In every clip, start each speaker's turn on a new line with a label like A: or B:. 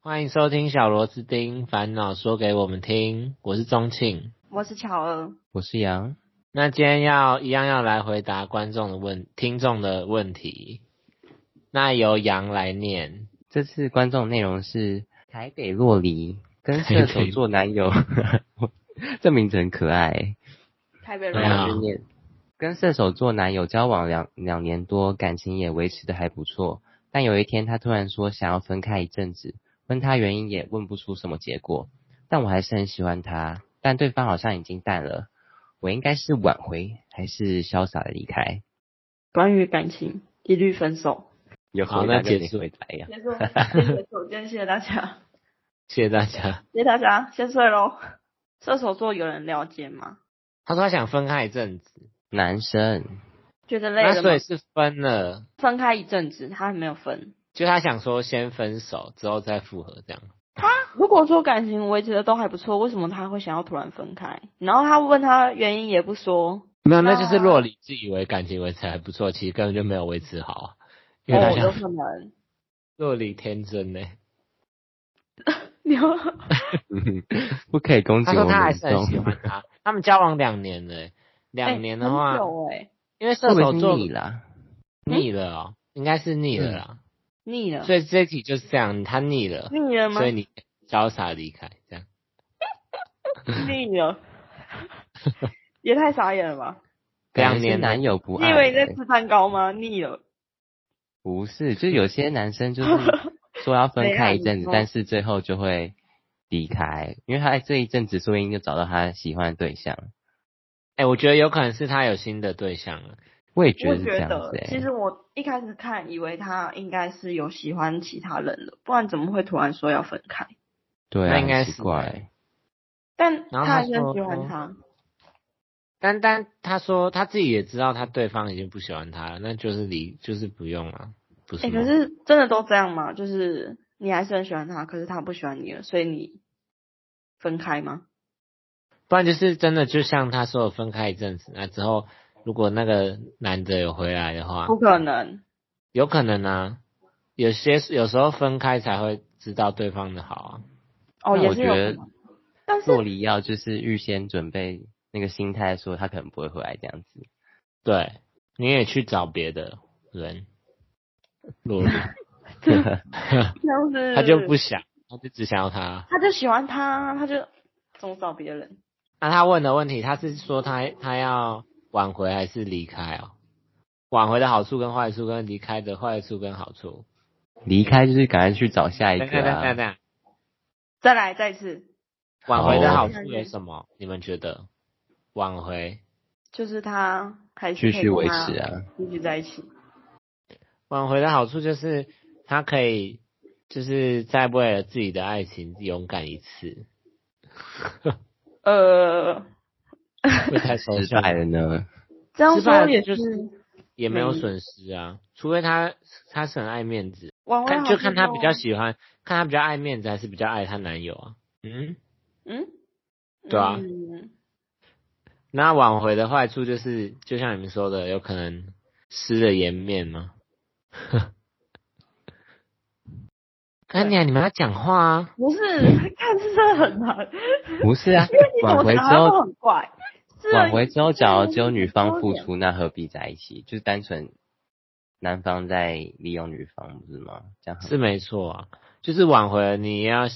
A: 欢迎收听小螺丝钉烦恼说给我们听，我是钟庆，
B: 我是巧儿，
C: 我是杨。
A: 那今天要一样要来回答观众的问、听众的问题，那由杨来念。
C: 这次观众内容是台北洛梨跟射手座男 友，这名字很可爱。
B: 台北
A: 对
B: 人
A: 啊
C: 就念跟射手座男友交往两两年多，感情也维持的还不错。但有一天，他突然说想要分开一阵子，问他原因也问不出什么结果。但我还是很喜欢他，但对方好像已经淡了。我应该是挽回，还是潇洒的离开？
B: 关于感情一律分手。
C: 有
A: 好
C: 回答
A: 那
C: 跟
A: 结
C: 没
A: 束
C: 回答一样。
B: 结束，谢谢首先谢谢大家，
A: 谢谢大家。
B: 谢谢大家，先睡喽。射手座有人了解吗？
A: 他说他想分开一阵子，
C: 男生
B: 觉得累
A: 那
B: 了
A: 所
B: 吗
A: 以？是分了，
B: 分开一阵子，他还没有分。
A: 就他想说先分手之后再复合这样。
B: 如果说感情维持的都还不错，为什么他会想要突然分开？然后他问他原因也不说，
A: 没有，
B: 那
A: 那就是若离自以为感情维持还不错，其实根本就没有维持好啊，因为他
B: 哦，有
A: 想
B: 可能。
A: 若离天真呢、
B: 你有
C: 不可以攻击
A: 他说
C: 我
A: 他还
C: 们
A: 是很喜
C: 众。
A: 欢他，他们交往两年了欸、 两年的话，
B: 哎很久哎，
A: 因为射
C: 会不
A: 手
C: 会
A: 座
C: 是你啦？
A: 腻了哦、应该是腻了啦，
B: 腻
C: 嗯
B: 了，
A: 所以这一题就是这样，他腻了，
B: 腻了吗
A: 所？以你潇洒离开，这样
B: 腻了， 也太傻眼了吧？
A: 两
C: 感觉
A: 年
C: 是男友不
B: 你
C: 爱、
B: 以为你在
C: 欸
B: 吃蛋糕吗？腻了。
C: 不是，就有些男 生就是说要分开一阵
B: 怎样你
C: 子
B: 说，
C: 但是最后就会离开，因为他在这一阵子说不定就找到他喜欢的对象。
A: 哎、我觉得有可能是他有新的对象了，
C: 我也觉
B: 我
C: 得是这
B: 觉
C: 样
B: 得
C: 子、，欸。
B: 其实我一开始看以为他应该是有喜欢其他人了，不然怎么会突然说要分开？
C: 对
A: 那
C: 啊，
A: 应该
C: 奇
A: 是
C: 怪。
B: 但
A: 然后他
B: 他还是很
A: 说
B: 喜欢他，
A: 但但他说他自己也知道他对方已经不喜欢他了，那就是离就是不用了，不是
B: 哎、
A: 吗？
B: 可是真的都这样吗？就是你还是很喜欢他，可是他不喜欢你了，所以你分开吗？
A: 不然就是真的就像他说的分开一阵子，那之后如果那个男的有回来的
C: 啊
A: 话，
B: 不可能，
A: 有可能啊，有些有时候分开才会知道对方的好啊。
B: 哦，
C: 那
B: 也
C: 我
B: 是
C: 觉
B: 有
C: 得
B: 可能。但是
C: 洛梨要就是预先准备那个心态，说他可能不会回来这样子。
A: 对，你也去找别的人，洛丽，
B: 像是
A: 他就不想，他就只想要他。
B: 他就喜欢他，啊他就总找别人。
A: 那他问的问题，他是说他他要挽回还是离开哦？挽回的好处跟坏处，跟离开的坏处跟好处。
C: 离开就是赶快去找下一
A: 等 等
C: 个
A: 等等
C: 啊！
A: 等，
B: 再来，再一次，
A: 挽回的
C: 好
A: 好
B: 哦
A: 处有什么？你们觉得？挽回，
B: 就是他还是
C: 继
B: 可以
C: 续
B: 跟
C: 维
B: 他
C: 持啊，
B: 继续在一起。
A: 挽回的好处就是他可以，就是再为了自己的爱情勇敢一次。
B: 呃，
A: 会太抽
C: 失
A: 象
C: 败了呢？
B: 这样
A: 失败
B: 说
A: 了
B: 也
A: 就是也没有损失啊，除非他他是很爱面子，
B: 挽回
A: 看
B: 哦好啊
A: 就
B: 处
A: 看他
B: 就
A: 比较喜欢，看他比较爱面子还是比较爱她男友啊。嗯，
B: 嗯，
A: 对啊
B: 嗯
A: 那挽回的坏处就是，就像你们说的，有可能失了颜面吗？ 看你、啊，你们要讲话啊！
B: 不是，看这真的很难，
C: 不是啊
B: 因为， 你怎
C: 挽
B: 么
C: 回之
B: 答案都
C: 后，
B: 很怪。是啊
C: 挽回之后，假如只有女方
B: 你
C: 付
B: 你
C: 出，那何必在一起？就是单纯男方在利用女方，不是吗？这样很
A: 是没错啊，就是挽回了，你要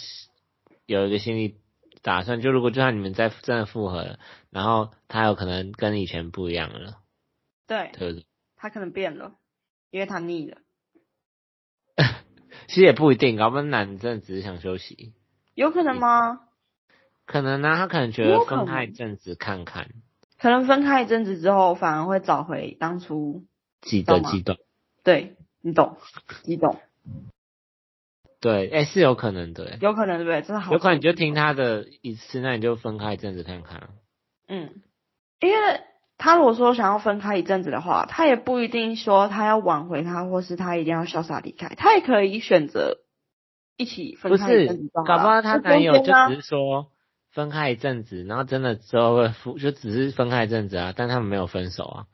A: 有一个心理打算。就如果就算你们在真的复合了，然后他有可能跟以前不一样了，
B: 对
A: 对不对？
B: 他可能变了，因为他腻了，
A: 其实也不一定，搞不好男的真的只是想休息，
B: 有
C: 嗯
B: 可能吗？
A: 可能啊呢、他可能觉
B: 也
A: 得
B: 有可
A: 分
B: 能
A: 开一阵子看看，
B: 可能分开一阵子之后，反而会找回当初，
A: 激
B: 懂
A: 动
B: 吗
A: 激动，
B: 对你懂，你懂，
A: 对，哎、是有可能的，
B: 有可能对不对？真的好，
A: 有可能你就听他的一次，那你就分开一阵子看看啊。
B: 嗯，因为他如果说想要分开一阵子的话，他也不一定说他要挽回他，或是他一定要潇洒离开，他也可以选择一起分
A: 不
B: 开一
A: 是
B: 阵子就好，了。
A: 搞不好她
B: 那中
A: 男友就
B: 间啊呢
A: 只是说分开一阵子，然后真的之后会复，就只是分开一阵子啊，但他们没有分手啊，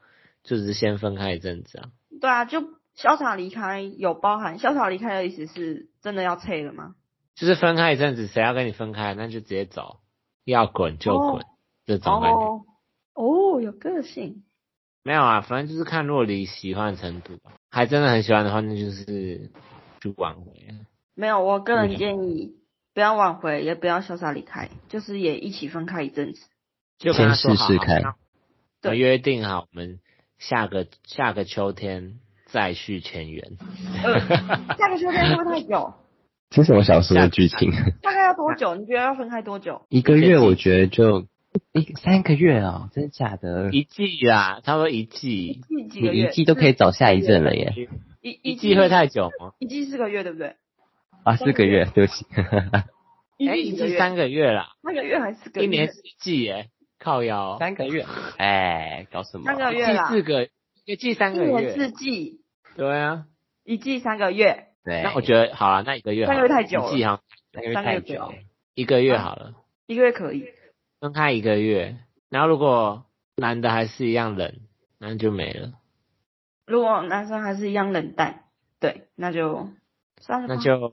A: 就只是先分开一阵子啊。
B: 对啊，就潇洒离开有包含潇洒离开的意思是真的要撤了吗？
A: 就是分开一阵子，谁要跟你分开，那就直接走，要滚就滚、
B: 哦
A: 这种感觉。
B: 哦哦，有个性，
A: 没有啊，反正就是看若离喜欢的程度吧。还真的很喜欢的话，那就是去挽回。啊
B: 没有，我个人
A: 嗯
B: 建议不要挽回，也不要潇洒离开，就是也一起分开一阵子。
A: 就跟他说
C: 先试试
A: 好好
C: 看
A: 那我们
B: 对
A: 约定好，我们下个下个秋天再续前缘。
B: 呃，下个秋天会不会太久？
C: 这是我小时候的剧情。
B: 大概要多久？你觉得要分开多久？
C: 一个月我觉得就一三个月哦，真的假的？
A: 一季啦，差不多一季。
B: 一几
C: 你
B: 个月？
C: 一季都可以找下一任了耶！
B: 一
A: 一
B: 一
A: 季会太久吗？
B: 一季四个月对不对？
C: 啊，四个月，对不起。
B: 一
A: 哎、
B: 季
A: 一
B: 几个
A: 季
B: 月
A: 三个月啦，
B: 三个月还是四个月？
A: 一年四季耶、靠腰哦、
C: 三个月，哎，搞什么？
B: 三个
A: 一
B: 月
A: 季
B: 啦，
A: 四个，一季三
B: 一
A: 个
B: 年四
A: 月，
B: 季，
A: 对啊。
B: 一季三个月，
C: 对，
A: 那我觉得好了，那一个月好了
B: 三个月太久了
A: 一季好像
C: 三个月
B: 三个
C: 太
B: 月
C: 久了
B: 不。
A: 一个月好了，
B: 一个月可以。
A: 分开一个月，然后如果男的还是一样冷，那就没了，
B: 如果男生还是一样冷淡，对，那就算了吧。
A: 那就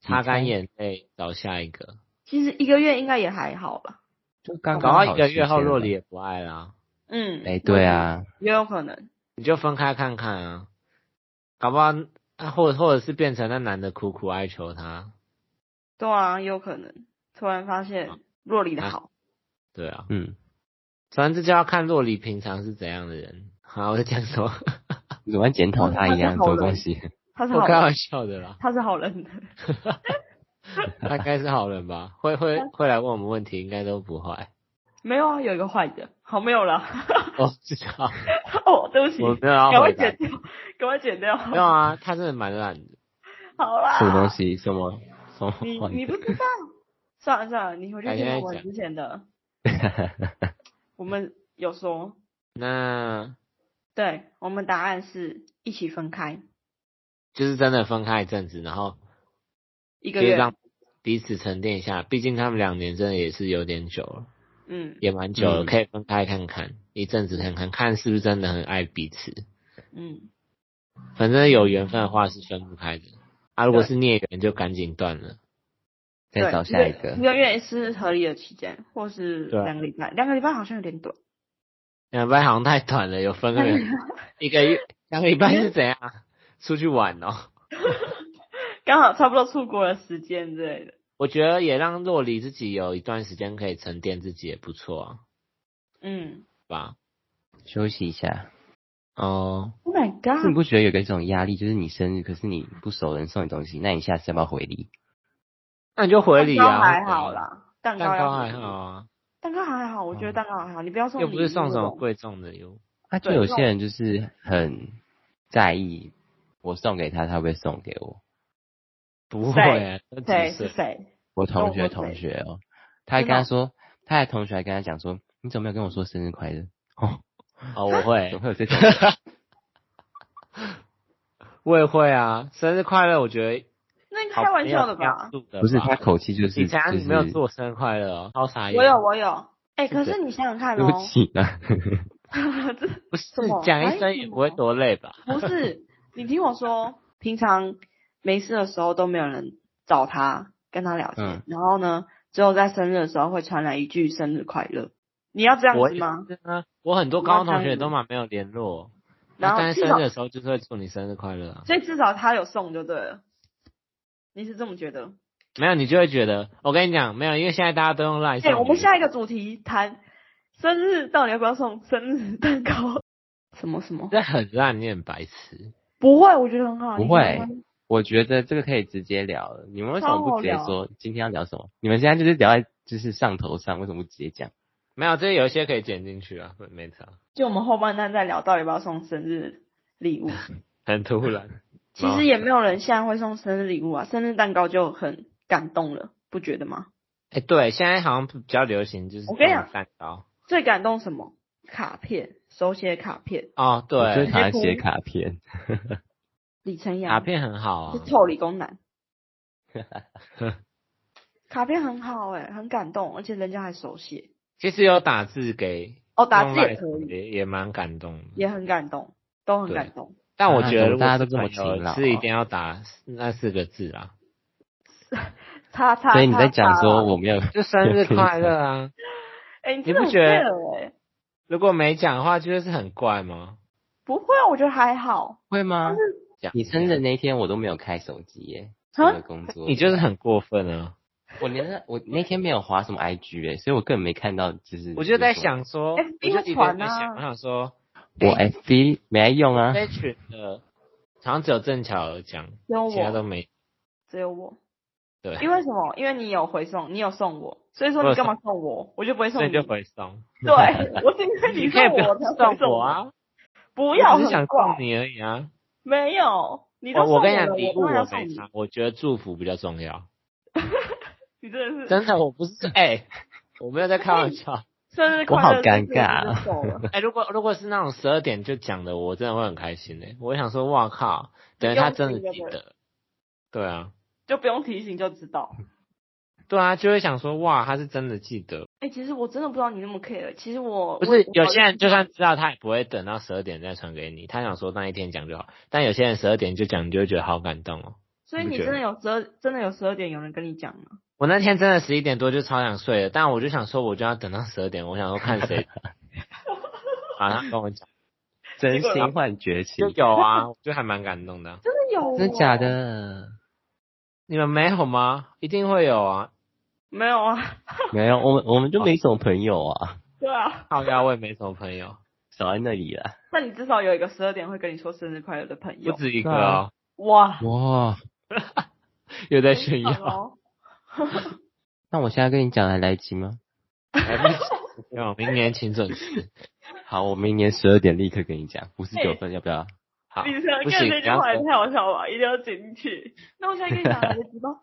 A: 擦干眼泪找下一个。
B: 其实一个月应该也还好吧。
C: 就刚
A: 搞到
C: 刚好
A: 一个月后，
C: 时间
A: 若里也不爱啦，
B: 嗯，
C: 哎，对，啊，
B: 也有可能。
A: 你就分开看看啊，搞不好啊，或或者是变成那男的苦苦哀求他，
B: 对啊，也有可能。突然发现若离的
A: 啊
B: 好，
A: 对啊，
C: 嗯，
A: 反正这就要看若里平常是怎样的人。好，我在讲什么？
C: 你怎么检讨他一样什么东西？
B: 他是
A: 我
B: 好
A: 开
B: 人，
A: 玩笑的啦，
B: 他是好人的。
A: 他应该是好人吧？会会会来问我们问题，应该都不坏。
B: 没有啊，有一个坏的，好没有了。
A: 我知 道，
B: 哦，对不起，
A: 我没有要
B: 赶快
A: 回答
B: 剪。掉，赶快剪 掉。
A: 没有啊，他真的蛮懒的。
B: 好啦，
C: 什么东？西？什么什么？
B: 你你 不知道？算了算了，你回去
A: 哎现在
B: 听我们
A: 讲
B: 之前的， 我们有说，
A: 那
B: 对我们答案是一起分开
A: 就是真的分开一阵子，然后
B: 一
A: 就
B: 个
A: 是
B: 月，
A: 让彼此沉淀一下。毕竟他们两年真的也是有点久了，
B: 嗯
A: 也蛮久了，
C: 嗯
A: 可以分开看看一阵子，看看看是不是真的很爱彼此。
B: 嗯，
A: 反正有缘分的话是分不开的啊，如果是孽缘就赶紧断 了。
C: 再
B: 对
C: 找下一
B: 个
C: 个
B: 一。个月是合理的期间，或是
A: 对啊
B: 两个礼拜，两个礼拜好像有点短，
A: 两个礼拜好像太短了，有分个人一个月两个礼拜是怎样？出去玩哦。
B: 刚好差不多出国的时间之类的。
A: 我觉得也让洛里自己有一段时间可以沉淀自己也不错啊，
B: 嗯
A: 吧？
C: 休息一下，
A: 哦，
B: ，Oh my
C: 你
B: god，
C: 不觉得有个一种压力，就是你生日，可是你不熟人送你东西，那你下次要不要回礼？
A: 那你就回礼
B: 蛋糕
A: 啊，
B: 还好，啦，蛋
A: 蛋
B: 糕
A: 糕
B: 要
A: 还好，啊，
B: 蛋糕还好，我觉得蛋糕还好，你不要送
A: 又不是
B: 礼物
A: 送什
B: 那
A: 么
B: 种
A: 贵重的礼物。
C: 啊，就
B: 对
C: 有些人就是很在意我送给他，他会不会送给我？
A: 不会
B: 谁
A: 啊，都几
B: 谁是
A: 岁
B: 谁？
C: 我同
B: 我对
C: 学同学哦，他还跟他说，他的同学还跟他讲说，你怎么没有跟我说生日快乐？哦，
A: 哦，我
C: 怎么
A: 会，
C: 会有这种？
A: 我也会啊。生日快乐，我觉得
B: 那
A: 好
B: 开玩笑的
A: 朋友一定要
B: 吧？
A: 祝的吧
C: 不是他口气就是
A: 以
C: 就
A: 前啊
C: 是
A: 你没有祝我生日快乐哦，超傻眼。
B: 我有，我有。哎、可
A: 是
B: 是你想想看
C: 对不
B: 哦，
C: 起啊，
B: 这
A: 不是
B: 什么
A: 讲
B: 哎
A: 一声也不会多累吧？
B: 不是你听我说，平常没事的时候都没有人找他跟他聊天，
C: 嗯
B: 然后呢，只有在生日的时候会传来一句生日快乐。你要这样
A: 我
B: 子
A: 也
B: 吗？
A: 是啊，我很多
B: 你
A: 高
B: 要
A: 中同
B: 参
A: 学
B: 与
A: 都蛮没有联络，
B: 然后
A: 但是
B: 至
A: 生
B: 少
A: 日的时候就是会祝你生日快乐啊。
B: 所以至少他有送就对了。你是这么觉得？
A: 没有，你就会觉得，我跟你讲，没有，因为现在大家都用赖。
B: 哎、我们下一个主题谈生日，到底要不要送生日蛋糕？什么什么？
A: 这很烂，你很白痴。
B: 不会，我觉得很好。
C: 不
B: 你觉得
C: 会
B: 吗
C: 我觉得这个可以直接聊了。你们为什么不直接
B: 超好
C: 说今天要聊什么？你们现在就是聊在就是上头上，为什么不直接讲？
A: 没有，这有一些可以剪进去啊，没没差。
B: 就我们后半段再聊到底要不要送生日礼物。
A: 很突 然，
B: 其实也没有人现在会送生日礼物啊，生日蛋糕就很感动了，不觉得吗？
A: 哎、对，现在好像比较流行就是
B: 我跟你讲
A: 送蛋糕
B: 最感动什么？卡片，手写卡片，
A: 哦，
C: 我最
A: 对，
C: 讨厌写卡 片，
B: 李晨阳
A: 卡片很好啊
B: 是，臭理 工男，卡片很好哎、很感动，而且人家还手写，
A: 其实有打字给
B: 哦，打字也可
A: 用赖
B: 以，
A: 也也蛮感动的。
B: 也很感动，都很感动。
A: 但我觉得
C: 啊
A: 如果
C: 大家都这么
A: 是朋友
C: 勤劳
A: 是一定要打那四个字啊，
B: 叉叉。
C: 所以你在讲说
B: 我，
C: 我没有，
A: 就生日快乐啊！
B: 哎、你
A: 你
B: 真
A: 不
B: 的很
A: 觉得
B: care 欸
A: 如果没讲的话，就是很怪吗？
B: 不会啊，我觉得还好。
C: 会吗？
A: 讲
C: 你生日那一天我都没有开手机耶，除
B: 啊
C: 了工作，
A: 你就是很过分啊！
C: 我连那我那天没有划什么 IG 哎，所以我根本没看到，就是
A: 我就在，想哎说，我
B: FB
A: 就
B: 会
A: 一直
B: 传
A: 在
B: 啊
A: 想，我想说
C: 我 FB 没在用啊，
A: 这群的，好像只有正巧有讲，
B: 有
A: 其他都
B: 哦我，
A: 没
B: 只有我。
A: 对，
B: 因为什么？因为你有回送，你有送我，所以说
A: 我有
B: 你干嘛送我？我就不会 送
A: 所
B: 你。
A: 以就回送。
B: 对，我是因为
A: 你可以
B: 送
A: 不
B: 我
A: 要
B: 才回
A: 送我
B: 我！
A: 啊，
B: 不
A: 我
B: 要，
A: 只是想
B: 很怪
A: 送。你而已啊。
B: 没有，你都
A: 我
B: 送
A: 我跟你
B: 了
A: 讲，礼物
B: 我当然
A: 我
B: 送
A: 没
B: 你
A: 差，我觉得祝福比较重要。
B: 你 真的是哎
A: 真的，我不是哎，我没有在开玩笑。
B: 生日
C: 我
B: 快
C: 好
B: 乐这
C: 尴
B: 件事
C: 尬
B: 就
C: 啊
B: 走了。
A: 哎，如果如果是那种十二点就讲的，我真的会很开心哎。我想说，哇靠，等于他真的记
B: 用心就
A: 得。对啊，
B: 就不用提醒就知道。
A: 对啊，就会想说，哇，他是真的记得。
B: 哎、其实我真的不知道你那么 care。其实我
A: 不
B: 我
A: 是有些人就算知道，他也不会等到十二点再传给你，他想说那一天讲就好。但有些人十二点就讲，你就会觉得好感动哦。
B: 所以
A: 你
B: 你
A: 不觉得
B: 真的有十二，真的有十二点有人跟你讲吗？
A: 我那天真的十一点多就超想睡了，但我就想说，我就要等到十二点，我想说看 谁啊，他跟我讲，
C: 真心换绝
A: 就
C: 情，
A: 有啊， 我就还蛮感动的啊。
B: 真的有、
C: 真的假？的？
A: 你们没有吗？一定会有啊。
B: 没有啊，
C: 没有，我们我们就没什么朋友啊，
B: 对啊。
A: 靠腰我也没什么朋友，
C: 少在那里了。
B: 那你至少有一个十二点会跟你说生日快乐的朋
A: 不
B: 友。
A: 止一个哦，
B: 哇，
C: 哇，
A: 又在炫
B: 很爽
A: 耀，
B: 哦。
C: 那我现在跟你讲还来得及吗？
A: 还不及没有明年请准 时。
C: 好，我明年十二点立刻跟你讲，五十九
B: 哎
C: 分要不要？
A: 好，
B: 你想
A: 不
B: 看
A: 行，
B: 这
A: 不
B: 句
A: 要
B: 话也
A: 说
B: 太好笑了吧，一定要进去。那我现在跟你讲 来得及吗？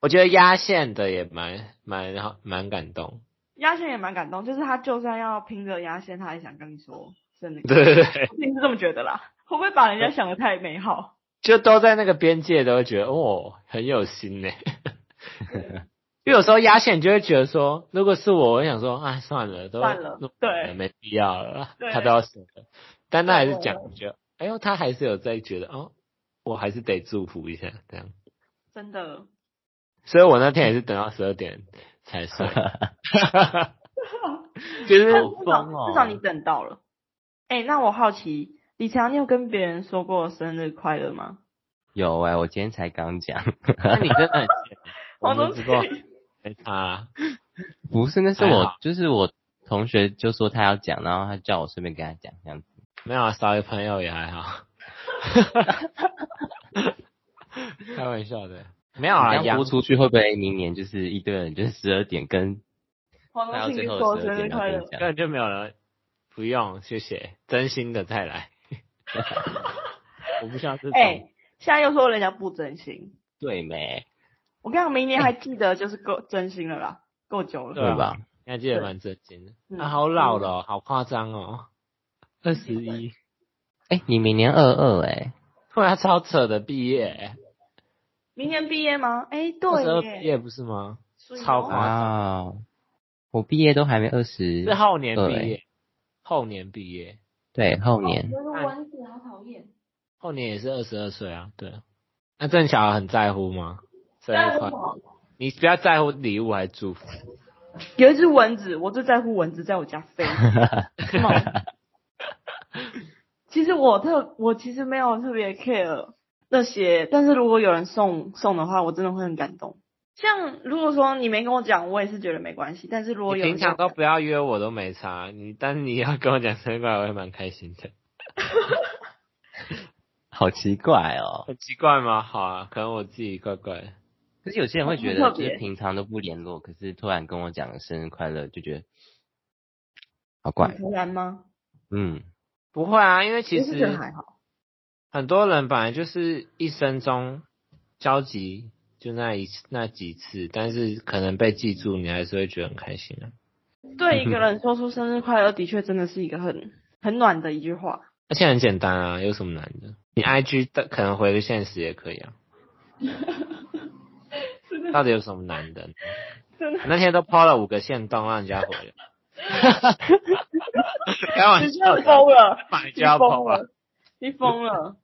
A: 我觉得压线的也蛮蛮好，蛮感动。
B: 压线也蛮感动，就是他就算要拼着压线，他也想跟你说生日快乐。
A: 对对对，
B: 你是这么觉得啦？会不会把人家想的太美好？
A: 就都在那个边界都会觉得哦，很有心呢。 因为有时候压线你就会觉得说，如果是我，我会想说，哎，算了，都
B: 算了
A: 都
B: 对
A: 没必要了，
B: 对
A: 他都要死了。但他还是
B: 对
A: 讲，觉得，哎呦，他还是有在觉得，哦，我还是得祝福一下这样。
B: 真的，
A: 所以我那天也是等到十二点才 睡，就是
B: 但至少
C: 疯哦
B: 至少你等到了。哎、那我好奇，李强，你有跟别人说过生日快乐吗？
C: 有哎、我今天才刚讲，
A: 那你真的很闲，我
B: 黄
A: 们
B: 宗
A: 只不过
B: 庆
A: 没差啊。
C: 不是，那是
A: 还
C: 我
A: 好
C: 就是我同学就说他要讲，然后他叫我顺便跟他讲这样子。
A: 没有啊，少一朋友也还好。 开玩笑的，没有啊，
C: 这样
A: 杨
C: 播出去会不会明年就是一堆人就是十二点跟
B: 黄
C: 快到
B: 宗庆
C: 最
B: 就
C: 后
B: 说
C: 十二
B: 生
C: 点
B: 日快乐
C: 要跟你，
A: 根
C: 讲？
A: 本就没有人，不用，谢谢，真心的再 来。我不需要这种，
B: 哎、现在又说人家不真心。
C: 对没？
B: 我跟你讲，明年还记得就是够真心了啦，够久
A: 对
B: 了。
A: 啊
C: 对吧？
A: 你还记得蛮震惊的。
B: 嗯
A: 啊，好老了哦、好夸张哦，二十一，
C: 哎、你明年二二哎，
A: 突然超扯的毕业，
B: 明年毕业吗？哎、
A: 二十二
B: 对
A: 毕
B: 耶，
A: 业不是吗？
B: 所以
A: 超
B: 哦
A: 夸张
C: 哇哦，我毕业都还没二十
A: 是，后年毕业
C: 对，
A: 后年毕业，
C: 对，后年
B: 我的丸子好讨厌。
A: 后年也是二十二岁啊，对啊。那郑晓很在乎吗？生日快乐。你不要在乎礼物还是祝福，
B: 有一只蚊子，我最在乎蚊子在我家 飞。梦其实我特我其实没有特别 care 那些，但是如果有人送送的话，我真的会很感动。像如果说你没跟我讲，我也是觉得没关系。但是如果
A: 你
B: 有人
A: 平常都
B: 跟我
A: 不要约我都没差，你但是你要跟我讲生日快乐，我会蛮开心的。
C: 好奇怪哦。
A: 很奇怪吗？好啊，可能我自己怪怪的。
C: 可是有些人会觉
B: 很
C: 得，
B: 特
C: 就
B: 别
C: 是平常都不联络，可是突然跟我讲生日快乐，就觉得好怪
B: 讲，。突然吗？
C: 嗯，
A: 不会啊，因为其
B: 我是觉得
A: 实
B: 还好。
A: 很多人本来就是一生中交集就那一那几次，但是可能被记住，你还是会觉得很开心啊。
B: 对一个人说出生日快乐，的确真的是一个很很暖的一句话。
A: 而且很简单啊，有什么难的？你 IG 的可能回个现实也可以啊。到底有什么难的呢？
B: 真的
A: 我那天都抛了五个线洞让人家回了， 开玩
B: 你
A: 笑
B: 真
A: 的
B: 的，疯了，
A: 本来
B: 你
A: 就要抛
B: 疯
A: 啊，
B: 了，你疯了。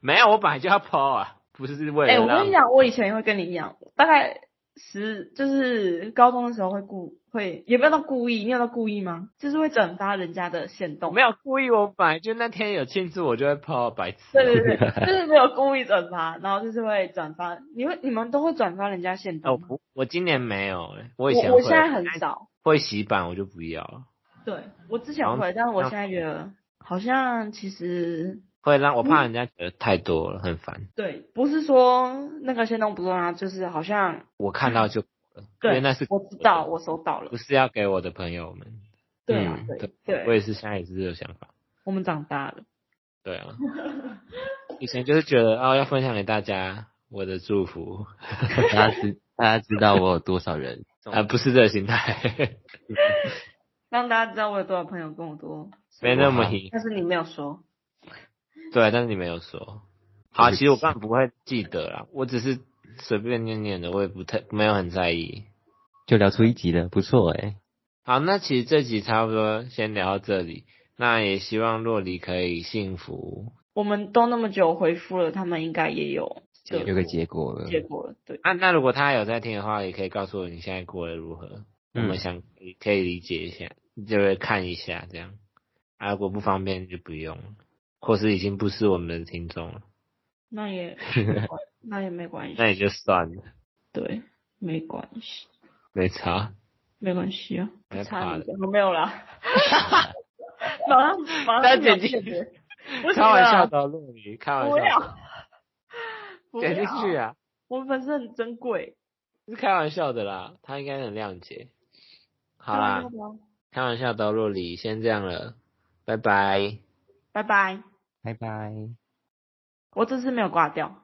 A: 没有，我本来就要抛啊，不是为
B: 哎、
A: 了
B: 我
A: 让
B: 跟你讲，我以前也会跟你一样，大概十就是高中的时候会故会，也不要到故意，你有到故意吗？就是会转发人家的线
A: 我
B: 动，
A: 没有故意，我本来就那天有庆祝，我就会泡白痴。
B: 对对 对，就是没有故意转发，然后就是会转发，你会你们都会转发人家线
A: 哦，
B: 动吗？
A: 不，我今年没有、欸，我
B: 我
A: 以前
B: 我
A: 会
B: 现在很少，
A: 会洗版，我就不要了，
B: 对我之前
A: 好
B: 会，但是我
A: 那
B: 现在觉得好像其实
A: 会让我怕人家觉得太多了，很烦。
B: 对，不是说那个线动不重要，就是好像
A: 我看到就够了，因
B: 对
A: 为那是
B: 我知道我收到了
A: 不，是要给我的朋友们。
B: 对啊
C: 嗯
B: 对
A: 我
B: 对，
A: 也是现在也是这个想法。
B: 我们长大了，
A: 对 啊，以前就是觉得哦，要分享给大家我的祝 福，
C: 大家知大家知道我有多少人
A: 啊、不是这个心 态，
B: 让大家知道我有多少朋友跟我多，
A: 没那么硬。
B: 但是你没有说。
A: 对，但是你没有说。好，其实我根本不会记得啦，我只是随便念念的，我也不太没有很在意。
C: 就聊出一集了，不错哎、
A: 好，那其实这集差不多先聊到这里。那也希望洛梨可以幸福。
B: 我们都那么久回复了，他们应该也有这
C: 有个结果了。
B: 结果了。对，
A: 啊，那如果他有在听的话，也可以告诉我你现在过得如何。
C: 嗯
A: 我们想可以理解一下，就是看一下这样。啊，如果不方便就不用了，或是已经不是我们的听众了，
B: 那也那也没关系，
A: 那也就算了，
B: 对，没关系，
A: 没差。
B: 没关系啊，
A: 没
B: 不
A: 怕
B: 差你
A: 的
B: 的，没有 啦，马上马
A: 大家
B: 上
A: 剪
B: 进
A: 进
B: 去，不
A: 开
B: 行
A: 玩笑
B: 了，
A: 的，陆离，开玩
B: 不
A: 笑
B: 要
A: 的，，
B: 不
A: 剪进去
B: 要，
A: 啊，
B: 我们本身很珍贵。
A: 是开玩笑的啦，他应该很谅解。好
B: 开玩笑
A: 啦，
B: 的哦
A: 开玩笑的，陆离，先这样了，拜拜。
B: 拜拜，
C: 拜拜。
B: 我这次没有挂掉。